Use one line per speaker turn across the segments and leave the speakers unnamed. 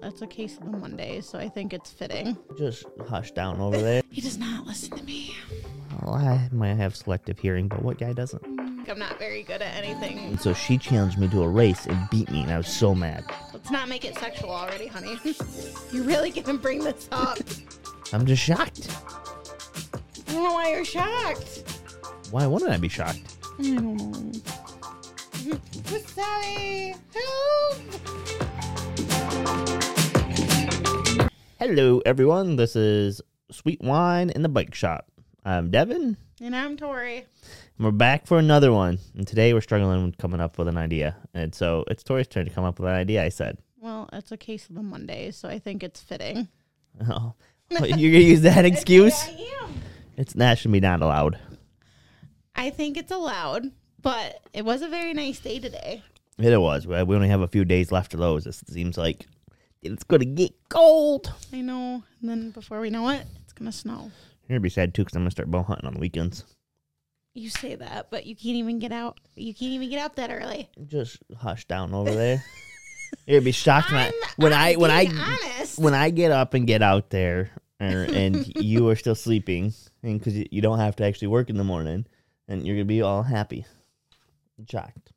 that's a case of the Mondays, so I think it's fitting.
Just hush down over there.
He does not listen to me.
Well, I might have selective hearing, but what guy doesn't?
I'm not very good at anything.
And so she challenged me to a race and beat me, and I was so mad.
Let's not make it sexual already, honey. You're really gonna bring this up.
I'm just shocked.
I don't know why you're shocked.
Why wouldn't I be shocked?
I don't know. Wasabi! Help!
Hello, everyone. This is Sweet Wine in the Bike Shop. I'm Devin,
And I'm Tori.
and we're back for another one. And today we're struggling with coming up with an idea. And so it's Tori's turn to come up with an idea, I said.
Well, it's a case of the Mondays, so I think it's fitting.
Oh, you're going to use that excuse?
I am.
It's That should be not allowed.
I think it's allowed, but it was a very nice day today.
It was. We we only have a few days left of those. It seems like it's going to get cold.
I know. And then before we know it, it's gonna snow.
You're going to be sad, too, because I'm going to start bow hunting on the weekends.
You say that, but you can't even get out. You can't even get out that early.
Just hush down over there. You're going to be shocked when I,
I'm-
when
I'm
I, when I
being honest.
when I get up and get out there er, and you are still sleeping and because you, you don't have to actually work in the morning and you're gonna be all happy and shocked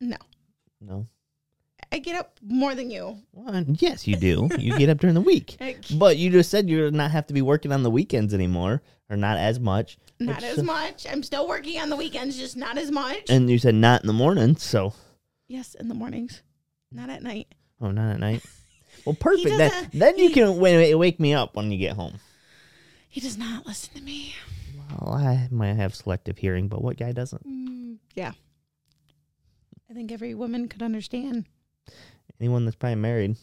No,
no
I get up more than you.
well, yes you do you get up during the week
I-
but you just said you're not have to be working on the weekends anymore or not as much
Not
which- uh,
as much. I'm still working on the weekends, just not as much.
and you said not in the morning so
yes, in the mornings, not at night.
oh not at night well perfect then
doesn't-
then you can wait, wake me up when you get home
He does not listen to me.
well i might have selective hearing but what guy doesn't
Mm, yeah, I think every woman could understand
anyone that's probably married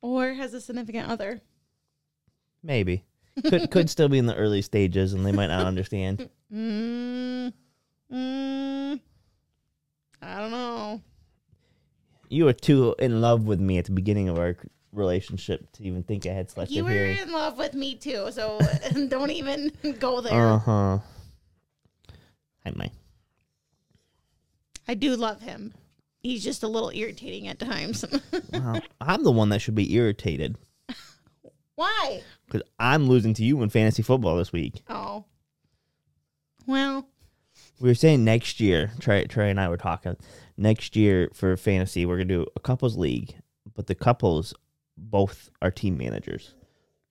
or has a significant other.
Maybe. Could could still be in the early stages and they might not understand.
Mm, mm, I don't know.
You were too in love with me at the beginning of our relationship to even think I had
you
selective
were
hearing.
in love with me too, so don't even go there.
Uh huh. I might.
I do love him. He's just a little irritating at times.
Wow. I'm the one that should be irritated
Why?
because I'm losing to you in fantasy football this week.
Oh. Well,
We were saying next year. Trey, Trey and I were talking. Next year for fantasy, we're gonna do a couples league, but the couples both are team managers.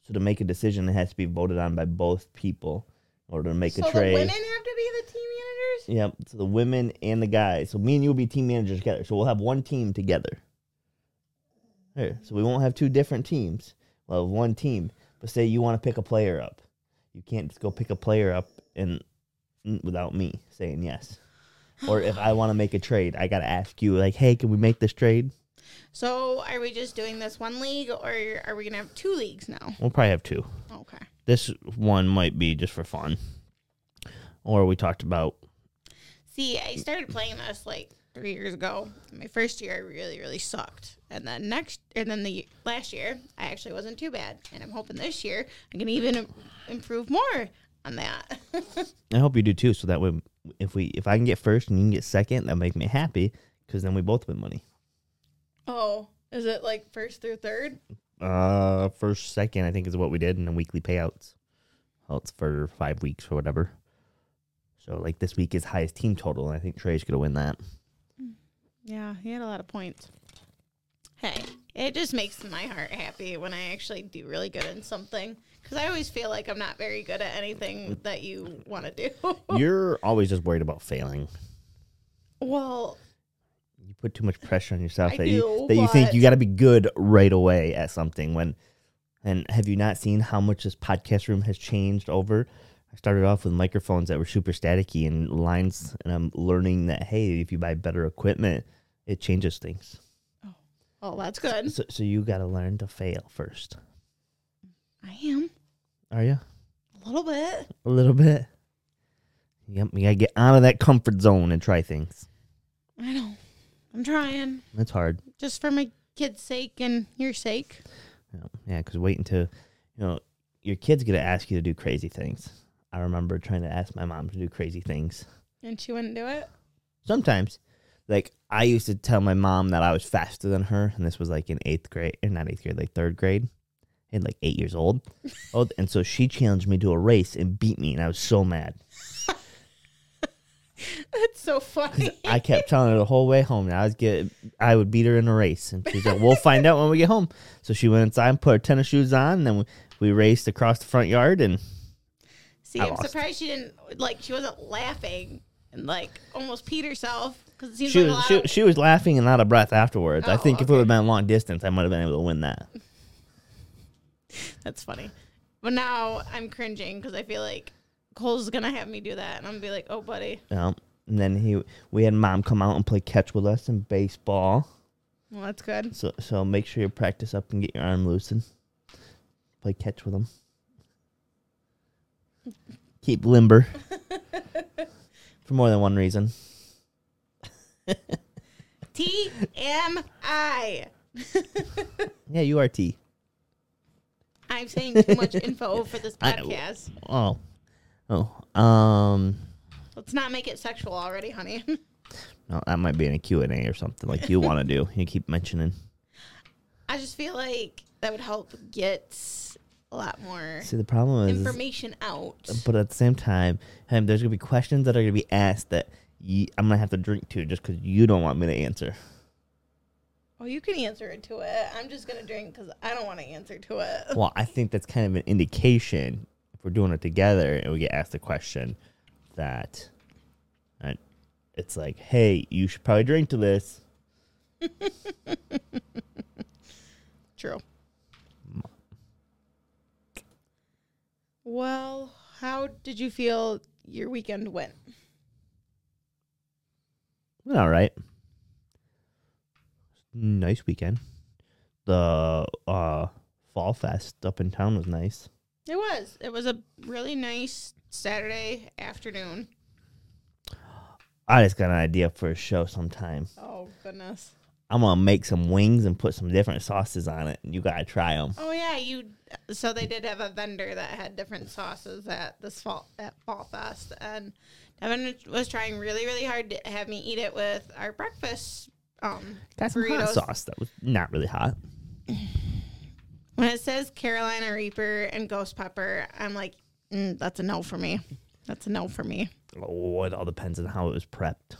So to make a decision, it has to be voted on by both people, in order to make
so
a trade.
the women have to be the team managers?
Yep. So the women and the guys. So me and you will be team managers together. So we'll have one team together. Here, so we won't have two different teams. We'll have one team. But say you want to pick a player up, you can't just go pick a player up and n- without me saying yes. Or if I want to make a trade, I gotta ask you like, hey, can we make this trade?
So are we just doing this one league or are we going to have two leagues now?
We'll probably have two.
Okay.
This one might be just for fun. Or we talked about
See, I started playing this like three years ago. My first year, I really, really sucked, and then next, and then the last year, I actually wasn't too bad. And I'm hoping this year I can even im- improve more on that.
I hope you do too. So that way, if we if I can get first and you can get second, that'll make me happy because then we both win money.
oh, is it like first through third?
Uh, first, second, I think is what we did, and then weekly payouts. Well, it's for five weeks or whatever. So like this week is highest team total, and I think Trey's gonna win that.
Yeah, he had a lot of points. Hey, it just makes my heart happy when I actually do really good in something. Because I always feel like I'm not very good at anything that you want to do.
You're always just worried about failing.
well,
You put too much pressure on yourself
I
that you
do,
that you think
but-
you got to be good right away at something. When and have you not seen how much this podcast room has changed over? I started off with microphones that were super staticky and lines, and I'm learning that hey, if you buy better equipment, it changes things.
oh, that's good.
So, so you got to learn to fail first.
I am
Are you
a little bit.
a little bit? Yep, you gotta get out of that comfort zone and try things.
I know. I'm trying.
That's hard.
Just for my kids' sake and your sake.
Yeah, Yeah, because wait until you know your kid's gonna ask you to do crazy things. I remember trying to ask my mom to do crazy things.
And she wouldn't do it.
Sometimes like I used to tell my mom that I was faster than her, and this was like in eighth grade, or not eighth grade, like third grade, and like eight years old. old and so she challenged me to a race and beat me, and I was so mad.
That's so funny.
I kept telling her the whole way home. that I was get, I would beat her in a race, and she's like, "We'll find out when we get home." So she went inside, and put her tennis shoes on, and then we, we raced across the front yard, and
See,
I
I'm
lost.
surprised she didn't like. She wasn't laughing and like almost peed herself because it seems
she
like
was
a
she,
lot.
she was laughing and out of breath afterwards. I
Oh,
think if it
okay.
would have been long distance, I might have been able to win that.
of, that's funny. But now I'm cringing because I feel like Cole's gonna have me do that, and I'm gonna be like, "Oh, buddy,
Yeah. And then he, we had mom come out and play catch with us and baseball.
well, that's good."
So so make sure you practice up and get your arm loosened. Play catch with them. Keep limber. For more than one reason.
T M I.
Yeah, you are T.
I'm saying too much info for this
I-
podcast.
Oh. Oh. Um
Let's not make it sexual already, honey.
no, that might be in a Q&A or something like you want to do. You keep mentioning
I just feel like that would help get a lot more
See, the problem is, is-
information out.
but at the same time, um, there's gonna be questions that are gonna be asked that you, I'm gonna have to drink to just because you don't want me to answer.
Oh, you can answer it to it. I'm just gonna drink because I don't want to answer to it.
Well, I think that's kind of an indication if we're doing it together and we get asked a question that, that it's like, hey, you should probably drink to this.
True. Well, how did you feel your weekend went?
Went all right. Nice weekend. The uh, fall fest up in town was nice.
It was. It was a really nice Saturday afternoon.
I just got an idea for a show sometime.
Oh goodness.
I'm gonna make some wings and put some different sauces on it, and you gotta try them.
Oh yeah, you. So they did have a vendor that had different sauces at this fall at Fall Fest, and Devin was trying really really hard to have me eat it with our breakfast. Um,
Got some hot
burritos.
sauce that was not really hot.
When it says Carolina Reaper and Ghost Pepper, I'm like, mm, that's a no for me. That's a no for me.
Oh, it all depends on how it was prepped.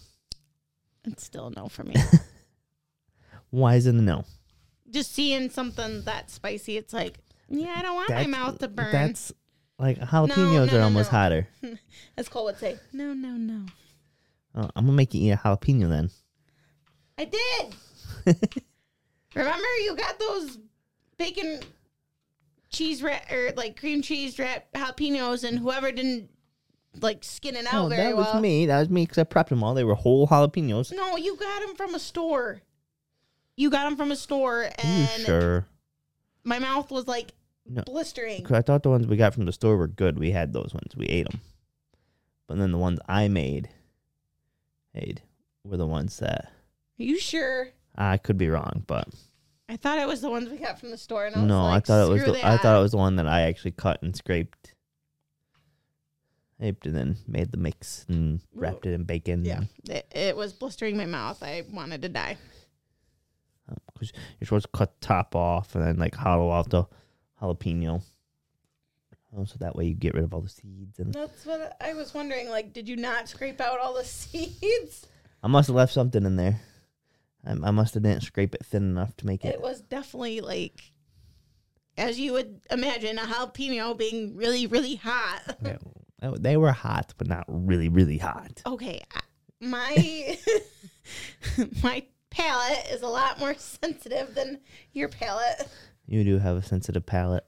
It's still a no for me.
Why is it a no?
Just seeing something that spicy, it's like, yeah, I don't want
That's-
my mouth to burn.
That's like jalapenos
No, no,
are
no,
almost
no.
hotter.
As Cole would say, no, no, no.
Oh, I'm gonna make you eat a jalapeno then.
I did. Remember, you got those bacon cheese wrap or like cream cheese wrap jalapenos, and whoever didn't like skin it out
oh,
very
that
well.
was me. That was me because I prepped them all. They were whole jalapenos.
No, you got them from a store. You got them from a store,
Are you
and
sure?
my mouth was like
No.
blistering.
Because I thought the ones we got from the store were good. We had those ones. We ate them. But then the ones I made, made were the ones that
Are you sure?
I could be wrong, but
I thought it was the ones we got from the store. And I was
No,
like,
I thought it was.
"Screw
The, I thought
that."
it was the one that I actually cut and scraped, scraped, and then made the mix and wrapped it in bacon.
Yeah, it, it was blistering my mouth. I wanted to die.
Um, 'cause you're supposed to cut the top off and then like hollow out the jalapeno, um, so that way you get rid of all the seeds. And
That's what I was wondering. Like, did you not scrape out all the seeds?
I must have left something in there. I, I must have didn't scrape it thin enough to make it.
It was definitely like, as you would imagine, a jalapeno being really, really hot.
Yeah, oh, they were hot, but not really, really hot.
Okay, I- my my palate is a lot more sensitive than your palate.
You do have a sensitive palate.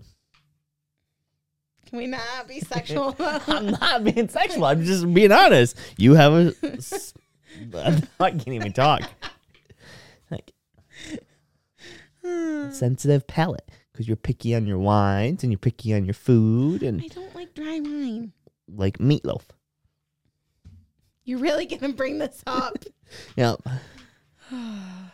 Can we not be sexual? about-
I'm not being sexual. I'm just being honest. You have a. s- I can't even talk. Like sensitive palate because you're picky on your wines and you're picky on your food
I
and
don't like dry wine.
like meatloaf.
You're really gonna bring this up?
Yep.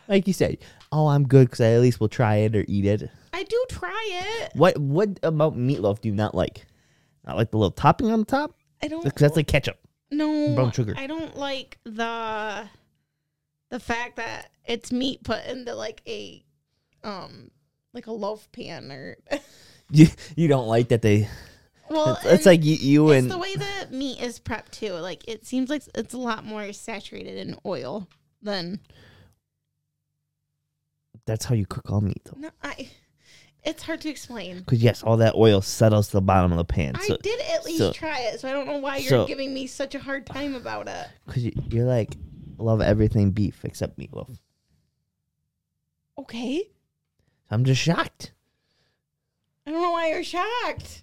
Like you said, oh, I'm good because I at least will try it or eat it.
I do try it.
What what about meatloaf do you not like? Not like the little topping on the top
I don't.
because that's like ketchup.
No
brown sugar.
I don't like the the the fact that it's meat put into like a um like a loaf pan or
You, you don't like that they.
well
It's, it's
and
like you, you
it's
and
the way that meat is prepped too. Like it seems like it's a lot more saturated in oil than
that's how you cook all meat though.
no, I it's hard to explain.
Because yes, all that oil settles to the bottom of the pan.
I
So
did at least
so-
try it, so I don't know why you're
so-
giving me such a hard time about it.
because you, you're like love everything beef except meatloaf. So
Okay.
I'm just shocked.
I don't know why you're shocked.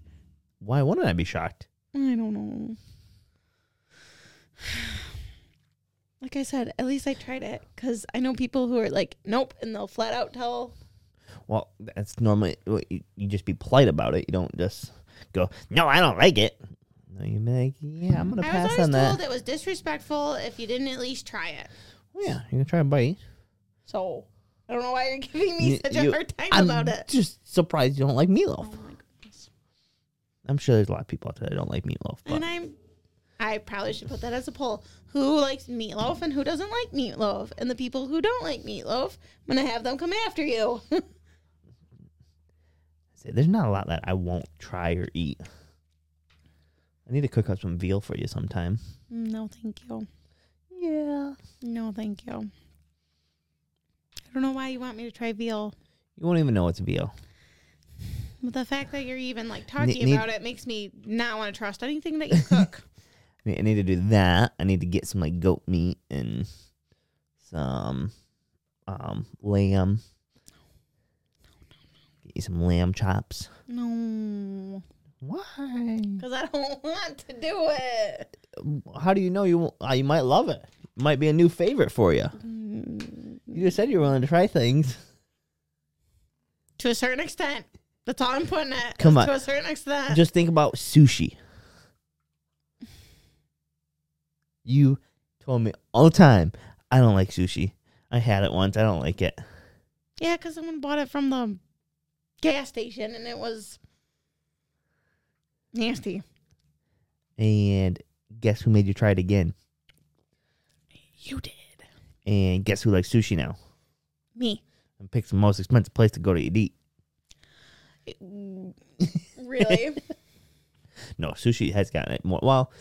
Why wouldn't I be shocked?
I don't know. Like I said, at least I tried it because I know people who are like, nope, and they'll flat out tell.
Well, that's normally well, you, you just be polite about it. You don't just go, no, I don't like it. No, you be like, yeah, I'm gonna
I was
pass
always
on that.
told it was disrespectful if you didn't at least try it.
Well, yeah, you can try a bite.
So I don't know why you're giving me
You-
such a
you-
hard time
I'm
about it.
just surprised you don't like
Oh
meatloaf.
my goodness.
I'm sure there's a lot of people out there that don't like meatloaf. But
And I'm, I probably should put that as a poll. Who likes meatloaf and who doesn't like meatloaf? And the people who don't like meatloaf, I'm gonna have them come after you.
say, there's not a lot that I won't try or eat. I need to cook up some veal for you sometime.
no, thank you.
Yeah.
No, thank you. I don't know why you want me to try veal.
You won't even know it's veal.
But the fact that you're even like talking
need-
about it makes me not want to trust anything that you cook.
I need, I need to do that. I need to get some like goat meat and some um lamb. Get you some lamb chops.
no,
Why?
because I don't want to do it.
How do you know you won't- uh, you might love it? Might be a new favorite for you.
Mm.
You just said you're willing to try things.
To a certain extent, that's all I'm putting it.
Come
is
on.
To a certain extent,
Just think about sushi. You told me all the time, I don't like sushi. I had it once. I don't like it.
yeah, because someone bought it from the gas station and it was nasty.
And guess who made you try it again?
You did
And guess who likes sushi now?
me
And picks the most expensive place to go to eat.
really.
No, sushi has gotten it more. Well,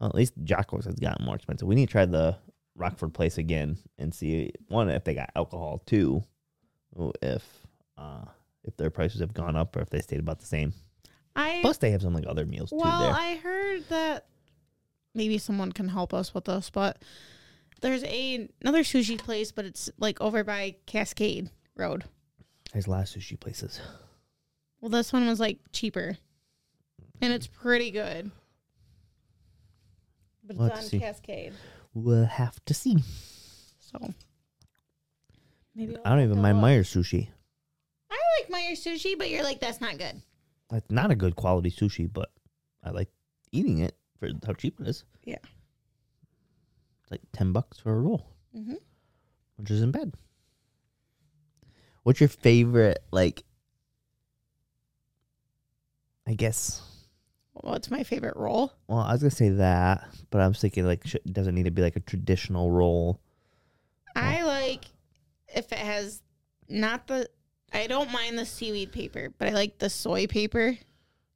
well, at least Jocko's has gotten more expensive. We need to try the Rockford place again and see one if they got alcohol. Two, if uh, if their prices have gone up or if they stayed about the same.
I
Plus, they have some like other meals
Well,
too. There,
I heard that maybe someone can help us with this, but there's a another sushi place, but it's like over by Cascade Road.
there's a lot of sushi places.
Well, this one was like cheaper, and it's pretty good. But
We'll have
it's
to
on
see.
Cascade,
We'll have to see.
so maybe
I don't even mind
my.
Meyer sushi.
I like Meyer sushi, but you're like that's not good.
It's not a good quality sushi, but I like eating it for how cheap it is.
Yeah.
It's like ten bucks for a roll,
Mhm.
which isn't bad. What's your favorite? Like, I guess.
What's my favorite roll?
Well, I was gonna say that, but I was thinking like, sh- does it need to be like a traditional roll? Oh.
I like if it has not the. I don't mind the seaweed paper, but I like the soy paper,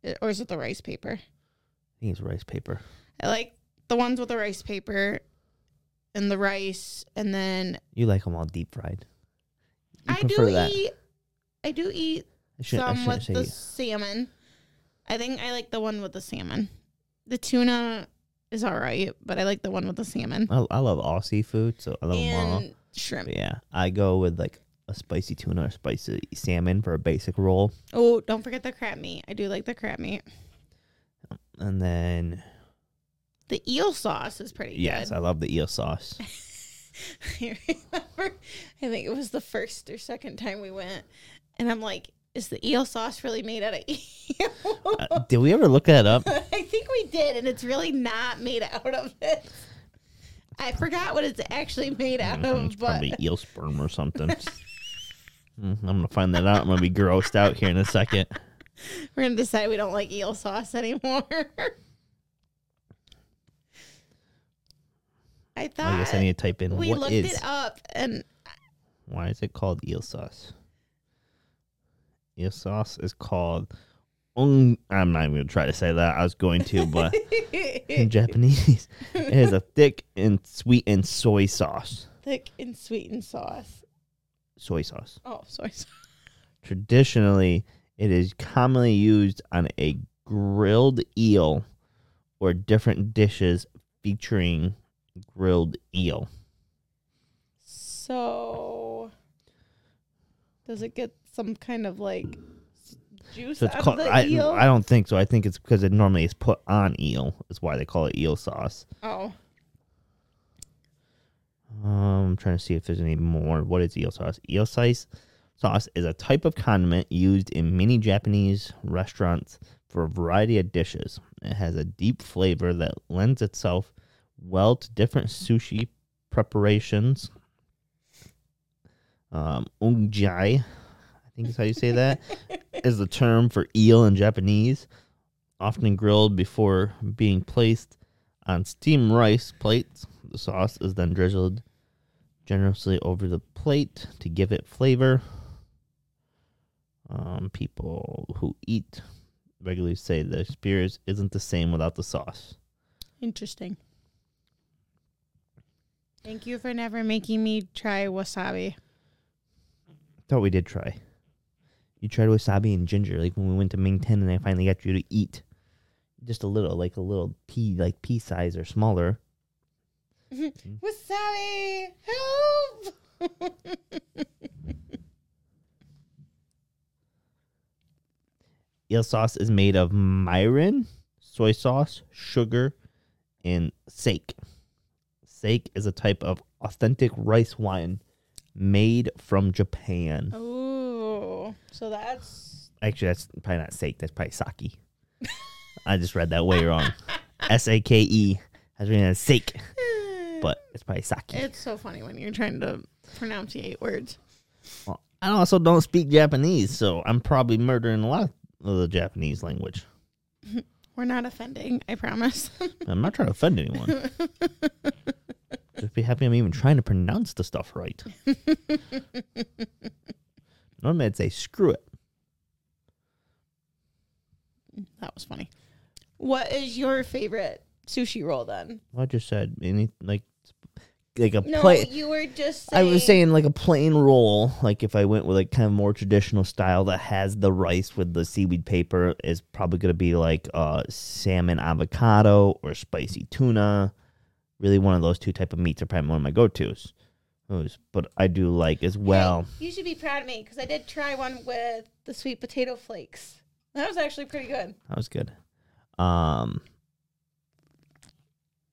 Uh, or is it the rice paper?
I think it's rice paper.
I like the ones with the rice paper, and the rice, and then
You like them all deep fried. You
I do
prefer that.
eat. I do eat
I shouldn't, I
some
shouldn't
with
say
the
you.
salmon. I think I like the one with the salmon. The tuna is all right, but I like the one with the salmon
I, I love all seafood, so I love them all.
and shrimp.
But yeah, I go with like a spicy tuna or spicy salmon for a basic roll,
Oh, don't forget the crab meat. I do like the crab meat.
and then
The eel sauce is pretty
yes,
good.
I love the eel sauce.
I remember, I think it was the first or second time we went, and I'm like, "Is the eel sauce really made out of eel?"
Uh, did we ever look that up?
I think we did, and it's really not made out of it. I forgot what it's actually made out
Mm, it's
of, but
probably eel sperm or something. Mm, I'm gonna find that out. I'm gonna be grossed out here in a second.
we're gonna decide we don't like eel sauce anymore. I I thought.
I guess I need to type in
we
what
looked
is.
it up, and
Why is it called eel sauce? Eel sauce is called. ong- I'm not even going to try to say that. I was going to, but in Japanese, it is a thick and sweetened soy sauce.
thick and sweetened sauce.
Soy sauce.
Oh, soy sauce.
Traditionally, it is commonly used on a grilled eel or different dishes featuring grilled eel.
So, does it get some kind of like s- juice
So it's
out
called.
of the
I,
eel?
I don't think so. I think it's because it normally is put on eel. Is why they call it eel sauce.
oh,
Um, I'm trying to see if there's any more. What is eel sauce? Eel sauce sauce is a type of condiment used in many Japanese restaurants for a variety of dishes. It has a deep flavor that lends itself well to different sushi preparations. Um, ungjai, I think is how you say that, is the term for eel in Japanese, often grilled before being placed on steamed rice plates. The sauce is then drizzled generously over the plate to give it flavor. Um, people who eat regularly say the experience isn't the same without the sauce.
interesting. Thank you for never making me try wasabi.
Thought we did try. You tried wasabi and ginger, like when we went to Ming Ten, and I finally got you to eat just a little, like a little pea, like pea size or smaller.
Wasabi, help!
Eel sauce is made of mirin, soy sauce, sugar, and sake. Sake is a type of authentic rice wine made from Japan.
Oh. Ooh, so that's
Actually, that's probably not sake. That's probably sake. I just read that way wrong. S A K E. I was reading it as sake, but it's probably sake.
it's so funny when you're trying to pronunciate words.
Well, I also don't speak Japanese, so I'm probably murdering a lot of the Japanese language.
We're not offending, I promise.
I'm not trying to offend anyone. Just be happy I'm even trying to pronounce the stuff right. Normally I'd say screw it.
that was funny. What is your favorite sushi roll then?
I just said any like like a
No,
plate.
you were just.
I
Saying,
was saying like a plain roll, like if I went with like kind of more traditional style that has the rice with the seaweed paper is probably gonna be like uh salmon avocado or spicy tuna. Really one of those two type of meats are probably one of my go tos. But I do like as well.
Hey, you should be proud of me because I did try one with the sweet potato flakes. That was actually pretty good.
That was good. Um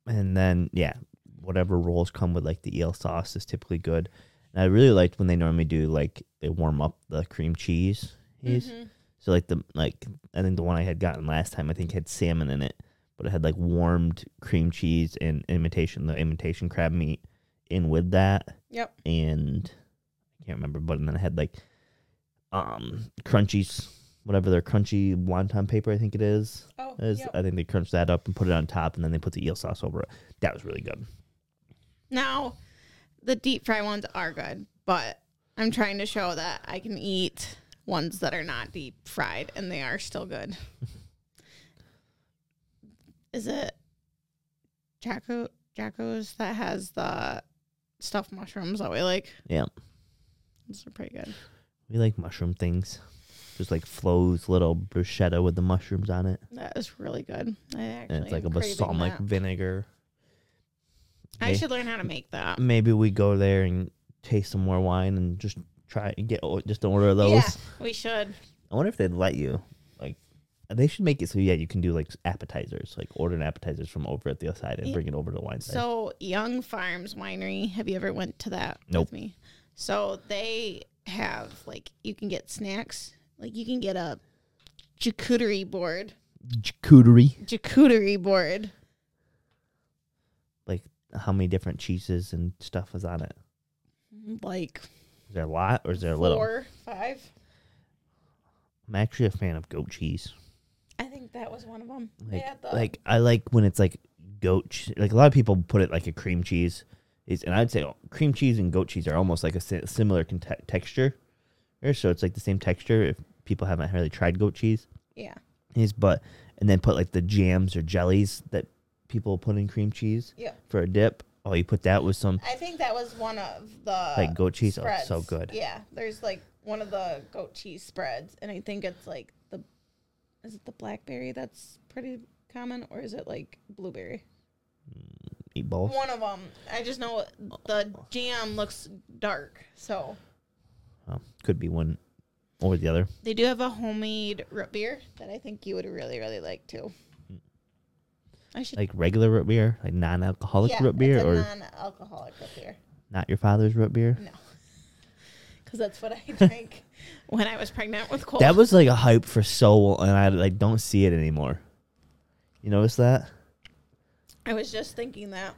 and then yeah, whatever rolls come with like the eel sauce is typically good. And I really liked when they normally do like they warm up the cream cheese.
Mhm.
So like the like I think the one I had gotten last time I think had salmon in it, but it had like warmed cream cheese and imitation the imitation crab meat in with that
Yep.
and I can't remember, but and then I had like um crunchies, whatever their crunchy wonton paper I think it is.
Oh,
is
yep.
I think they crunch that up and put it on top and then they put the eel sauce over it. That was really good.
now the deep fry ones are good, but I'm trying to show that I can eat ones that are not deep fried and they are still good. Is it Jacko Jacko's that has the stuffed mushrooms that we like?
Yeah.
Those are pretty good.
We like mushroom things. Just like Flo's little bruschetta with the mushrooms on it.
That is really good. I actually
And it's like a
am craving
balsamic
that.
vinegar.
I
May-
should learn how to make that.
Maybe we go there and taste some more wine and just try and get o- just an order of those.
Yeah, we should.
I wonder if they'd let you. Like, they should make it so yeah, you can do like appetizers, like ordering appetizers from over at the other side and
Yeah.
bring it over to the wine side.
So Young Farms Winery, have you ever went to that
Nope.
with me? So they have like you can get snacks, like you can get a charcuterie board,
Charcuterie,
charcuterie board.
like how many different cheeses and stuff is on it?
Like
Is there a lot or is there a little?
four, five.
I'm actually a fan of goat cheese.
I think that was one of them.
Like, like I like when it's like goat. Che- like a lot of people put it like a cream cheese, is, and I'd say oh, cream cheese and goat cheese are almost like a si- similar con- texture. Or So it's like the same texture. If people haven't really tried goat cheese,
Yeah.
is but and then put like the jams or jellies that people put in cream cheese
Yeah.
for a dip. Oh, you put that with some
I think that was one of the
Like goat cheese? Oh, it's so
spreads.
good.
Yeah, there's like one of the goat cheese spreads, and I think it's like the is it the blackberry that's pretty common, or is it like blueberry?
meatballs.
One of them. I just know the jam looks dark, so
Um, could be one or the other.
they do have a homemade root beer that I think you would really really like too. I should
Like regular root beer, like non-alcoholic
yeah,
root beer,
it's a
or
non-alcoholic root beer.
not your father's root beer.
No, because that's what I drank when I was pregnant with Cole.
That was like a hype for so long, and I like don't see it anymore. You notice that?
I was just thinking that.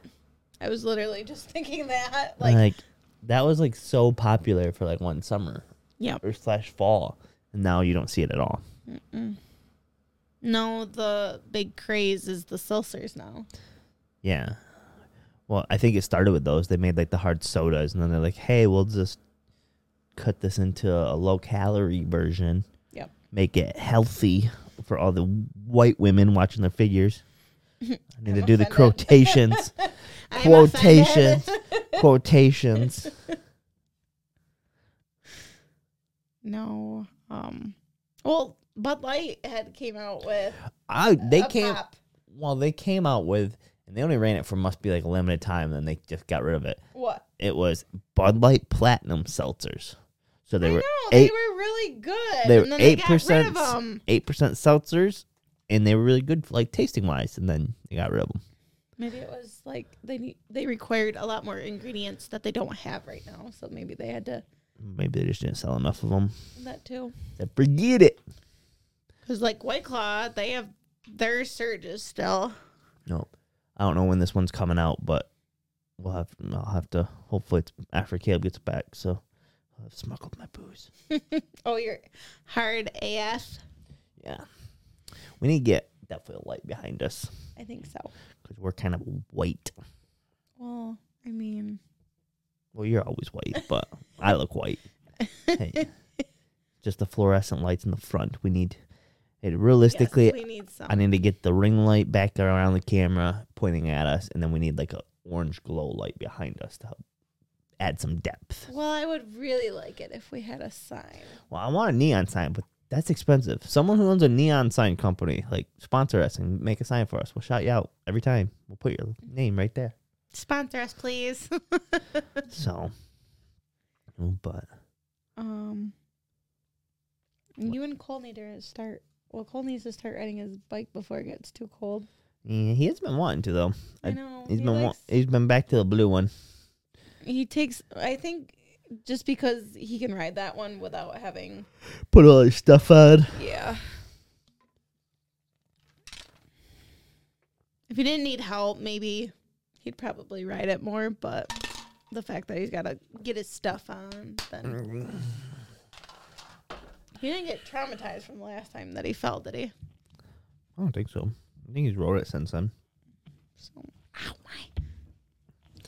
I was literally just thinking that.
Like,
Like,
that was like so popular for like one summer
yep.
or slash fall, and now you don't see it at all.
No, the big craze is the seltzers now.
Yeah. Well, I think it started with those. They made like the hard sodas, and then they're like, "Hey, we'll just cut this into a low-calorie version,
Yep.
make it healthy for all the white women watching their figures." I need to
I'm
do the
offended.
quotations,
I'm offended.
quotations, quotations.
No. Um. Well, Bud Light had came out with.
I they
a
came
pop.
well, they came out with, and they only ran it for must be like a limited time. Then they just got rid of it.
What?
It was Bud Light Platinum seltzers, so they
I
were
know they
eight
were really good.
they
and
were
then
eight
got rid of
percent
'em.
eight percent seltzers, and they were really good like tasting wise. And then they got rid of them.
Maybe it was like they need, they required a lot more ingredients that they don't have right now, so maybe they had to
Maybe they just didn't sell enough of them.
that too.
forget it.
Because like White Claw, they have their surges still.
Nope. I don't know when this one's coming out, but we'll have I'll have to. Hopefully, it's after Caleb gets back, so I've smuggled my booze.
Oh, you're hard AF.
Yeah, we need to get definitely a light behind us
I think so.
because we're kind of white.
Well, I mean,
Well, you're always white, but I look white. Hey, just the fluorescent lights in the front. We need it realistically.
yes, we need some.
I need to get the ring light back around the camera pointing at us, and then we need like a orange glow light behind us to help add some depth.
well, I would really like it if we had a sign.
Well, I want a neon sign, but that's expensive. Someone who owns a neon sign company, like sponsor us and make a sign for us. We'll shout you out every time. We'll put your name right there.
Sponsor us, please.
So, but
um, you and Cole need to start. Well, Cole needs to start riding his bike before it gets too cold.
yeah, he has been wanting to though.
I
I-
know.
He's
he
been wa-
likes-
he's been back to the blue one.
he takes. I think just because he can ride that one without having.
Put all his stuff on.
Yeah. If he didn't need help, maybe he'd probably ride it more, but the fact that he's got to get his stuff on,
Mm.
then he didn't get traumatized from the last time that he fell, did he?
I don't think so. I think he's rolled it since then.
So, ow, my.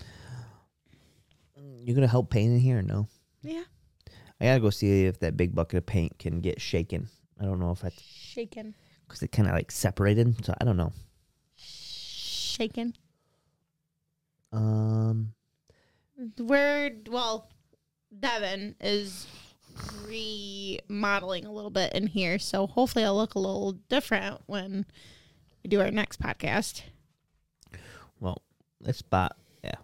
You gonna help paint in here or no?
Yeah.
I gotta go see if that big bucket of paint can get shaken. I don't know if that's
Shaken.
because it kind of like separated. So I don't know.
Shaken.
Um,
We're, well, Devin is remodeling a little bit in here, so hopefully I'll look a little different when we do our next podcast.
well, that spot, yeah,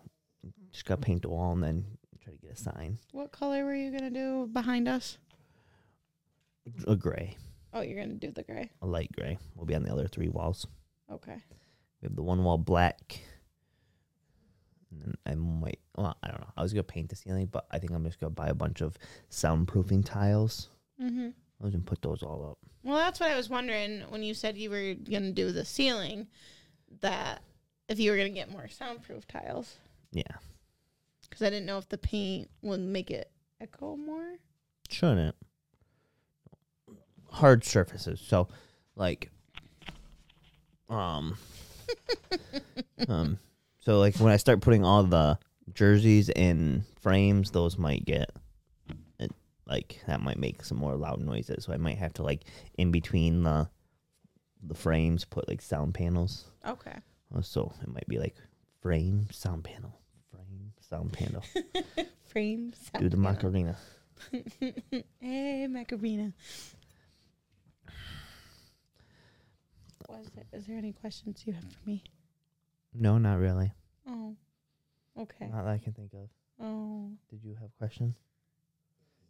just gotta paint the wall and then try to get a sign.
What color were you gonna do behind us?
A gray,
Oh, you're gonna do the gray.
a light gray. will be on the other three walls.
Okay.
We have the one wall black. And then I might, well, I don't know. I was gonna paint the ceiling, but I think I'm just gonna buy a bunch of soundproofing tiles.
Mm-hmm.
I was gonna put those all up.
Well, that's what I was wondering when you said you were gonna do the ceiling. That if you were gonna get more soundproof tiles,
Yeah,
because I didn't know if the paint would make it echo more.
shouldn't. Hard surfaces, so like, um, um, so like when I start putting all the jerseys and frames, those might get it, like that might make some more loud noises. So I might have to like in between the the frames put like sound panels.
Okay.
Uh, So it might be like frame sound panel, frame sound panel.
Frame.
Do the Macarena.
Hey, Macarena. Was it, is there any questions you have for me?
No, not really.
Oh. Okay.
Not that I can think of.
Oh.
Did you have questions?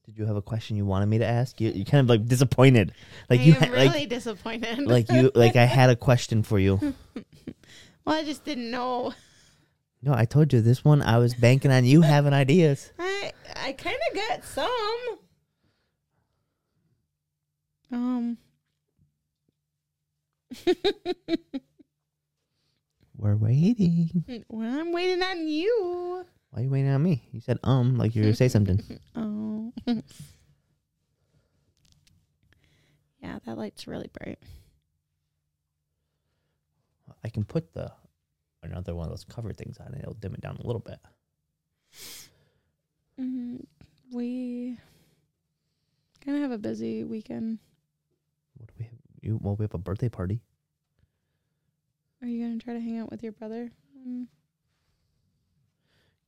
Did you have a question you wanted me to ask? You, you're kind of like disappointed. Like
I
you,
am
ha-
really disappointed.
like like you, like I had a question for you.
well, I just didn't know.
No, I told you this one. I was banking on you having ideas.
I I kind of got some. Um.
We're waiting.
Well, I'm waiting on you.
Why are you waiting on me? You said um, like you were gonna say something.
Oh. yeah, that light's really bright.
I can put the another one of those cover things on, and it'll dim it down a little bit.
Mm, we kind of have a busy weekend.
What do we have? You well, we have a birthday party.
Are you gonna try to hang out with your brother? Mm.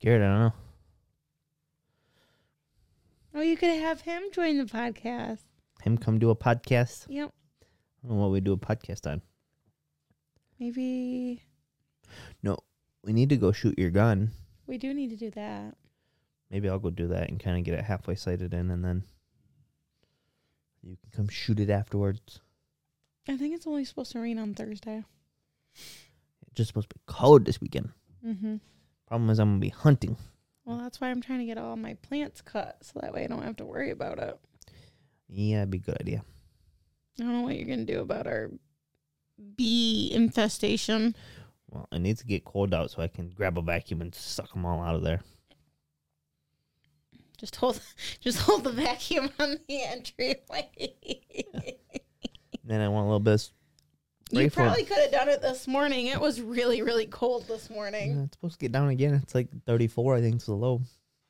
Garrett, I don't know.
Oh, you could have him join the podcast.
Him come do a podcast.
Yep.
I don't know what we do a podcast on.
Maybe
We need to go shoot your gun.
we do need to do that.
Maybe I'll go do that and kind of get it halfway sighted in, and then you can come shoot it afterwards.
I think it's only supposed to rain on Thursday.
It's just supposed to be cold this weekend.
Mm-hmm.
Problem is, I'm gonna be hunting.
Well, that's why I'm trying to get all my plants cut so that way I don't have to worry about it.
Yeah, it'd be a good idea.
I don't know what you're gonna do about our bee infestation.
Well, it needs to get cold out so I can grab a vacuum and suck them all out of there.
Just hold, just hold the vacuum on the entryway.
then I want a little bit. Of, Spray
you
for 'em.
probably could have done it this morning. It was really, really cold this morning.
Yeah, it's supposed to get down again. It's like 34, I think, is the low.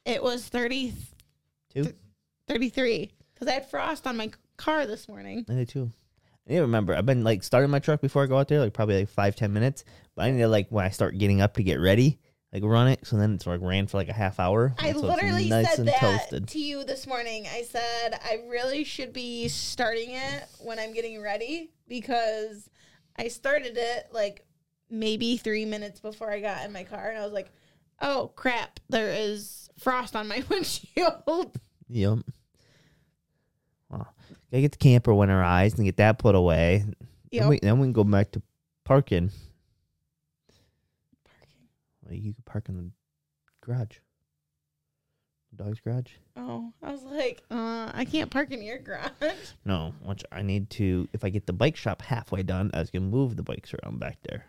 It was 30,
Two,
33 because I had frost on my c- car this morning.
92. I need to remember. I've been like starting my truck before I go out there, like probably like five, ten minutes. But I need to like when I start getting up to get ready, like run it. So then it's like ran for like a half hour.
I
and so it's
literally said that to you this morning. I said I really should be starting it when I'm getting ready because I started it like maybe three minutes before I got in my car, and I was like, "Oh crap, there is frost on my windshield."
Yep. Wow. Gotta get the camper winterized and get that put away. Then,
Yep.
we, then we can go back to parking. Well, you can park in the garage. Dog's garage?
Oh, I was like, uh, I can't park in your garage.
No, which I need to. If I get the bike shop halfway done, I was gonna move the bikes around back there.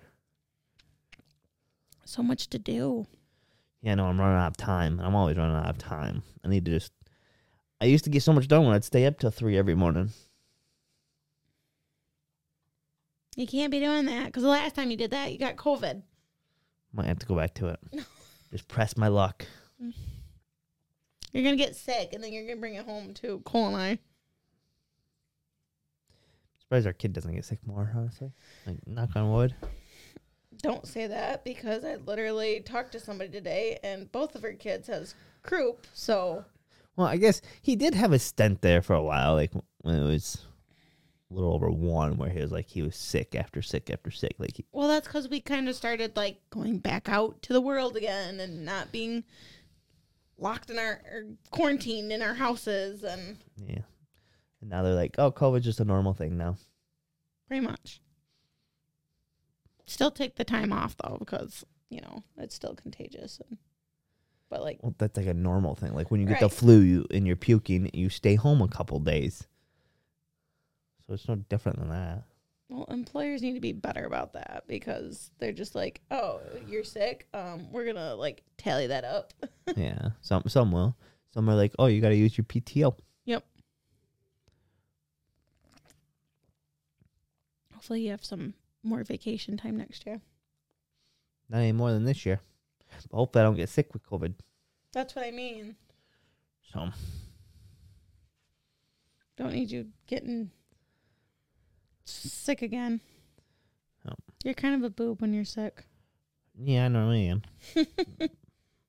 So much to do.
Yeah, no, I'm running out of time. I'm always running out of time. I need to just. I used to get so much done when I'd stay up till three every morning.
You can't be doing that because the last time you did that, you got COVID.
Might have to go back to it. just press my luck.
You're gonna get sick, and then you're gonna bring it home to Cole and I.
Surprised our kid doesn't get sick more. Honestly, like knock on wood.
Don't say that because I literally talked to somebody today, and both of her kids has croup. So
Well, I guess he did have a stint there for a while, like when it was a little over one, where he was like he was sick after sick after sick. Like he,
well, that's because we kind of started like going back out to the world again and not being locked in our or quarantined in our houses and
yeah. And now they're like, oh, COVID's just a normal thing now.
pretty much. Still take the time off though because you know it's still contagious. And, but like
Well, that's like a normal thing. Like when you get the
Right.
flu you, and you're puking, you stay home a couple days. So it's no different than that.
Well, employers need to be better about that because they're just like, oh, you're sick. Um, we're gonna like tally that up.
yeah. Some some will. Some are like, oh, you got to use your PTO.
Hopefully, you have some more vacation time next year.
Not any more than this year. But hopefully I don't get sick with COVID.
That's what I mean.
So
Don't need you getting sick again.
Oh.
You're kind of a boob when you're sick.
yeah, I normally am.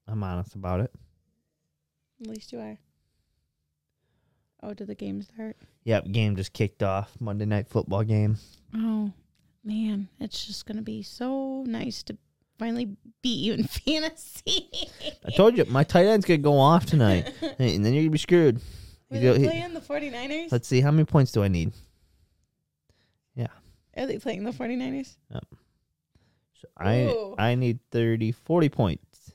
I'm honest about it.
At least you are. Oh, did the game start?
Yep, game just kicked off. Monday night football game.
Oh, man. It's just going to be so nice to finally beat you in fantasy.
I told you my tight end's gonna go off tonight, Hey, and then you're gonna be screwed.
Were
You go-
they
he-
playing the 49ers?
let's see how many points do I need.
Are they playing the 49ers?
So I
Ooh.
I need 30, 40 points.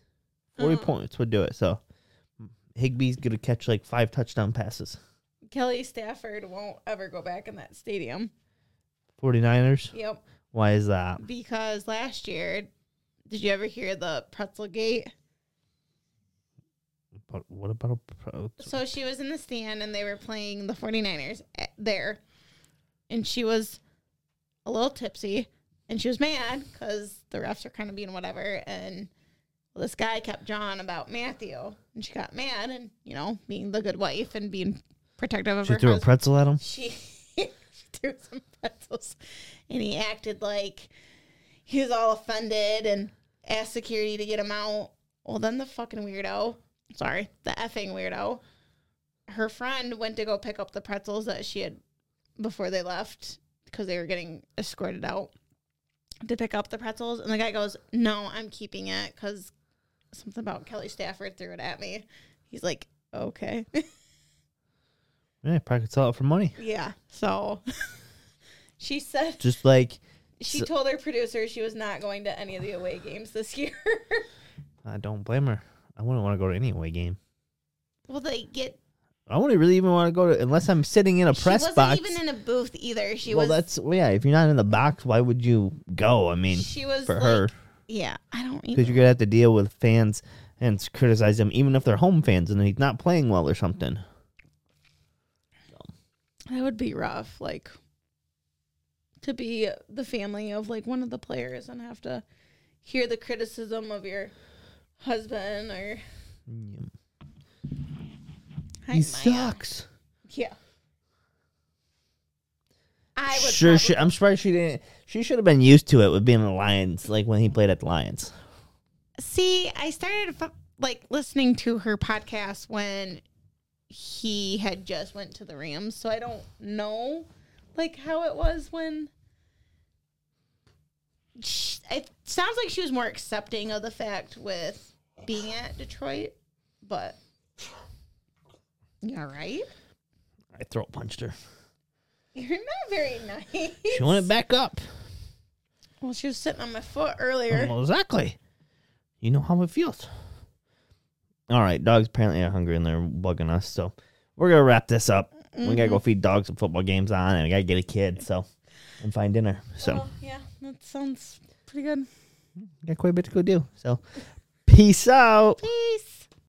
40
Uh-huh.
points would do it. So Higby's gonna catch like five touchdown passes.
Kelly Stafford won't ever go back in that stadium.
49ers.
Yep.
Why is that?
Because last year, did you ever hear the pretzel gate?
But what about a pro?
So she was in the stand and they were playing the 49ers at- there. And she was a little tipsy and she was mad because the refs were kind of being whatever. And this guy kept John about Matthew. And she got mad and, you know, being the good wife and being protective of
She
her
threw a
husband.
pretzel at him.
she threw some pretzels and he acted like he was all offended and asked security to get him out. Well, then the fucking weirdo, sorry, the effing weirdo, her friend went to go pick up the pretzels that she had before they left because they were getting escorted out to pick up the pretzels. And the guy goes, No, I'm keeping it because something about Kelly Stafford threw it at me. He's like, Okay.
Yeah, probably could sell it for money.
Yeah. So she said
Just like
she
So-
told her producer she was not going to any of the away games this year.
I don't blame her. I wouldn't want to go to any away game.
well, they get.
I wouldn't really even want to go to unless I'm sitting in a
She
press
wasn't
box.
even in a booth either. She
well,
was.
that's well, yeah. If you're not in the box, why would you go? I mean,
she was
for
like-
her,
Yeah, I don't
because you're
even.
gonna have to deal with fans and s- criticize them, even if they're home fans and he's not playing well or something.
That would be rough. Like to be the family of like one of the players and have to hear the criticism of your husband or
Yeah.
Hi,
He
Maya.
sucks.
Yeah. I would
sure,
probably-
she, I'm surprised she didn't. She should have been used to it with being in the Lions, like when he played at the Lions.
See, I started f- like listening to her podcast when he had just went to the Rams, so I don't know like how it was when. Sh it sounds like she was more accepting of the fact with being at Detroit, but yeah, right.
I throat punched her.
You're not very nice.
She wanted back up.
Well, she was sitting on my foot earlier.
Well, exactly. You know how it feels. All right, dogs apparently are hungry and they're bugging us, so we're gonna wrap this up. We gotta go feed dogs and football games on, and we gotta get a kid, so and find dinner. So
Well, yeah, that sounds pretty good.
got quite a bit to go do. So peace out.
Peace.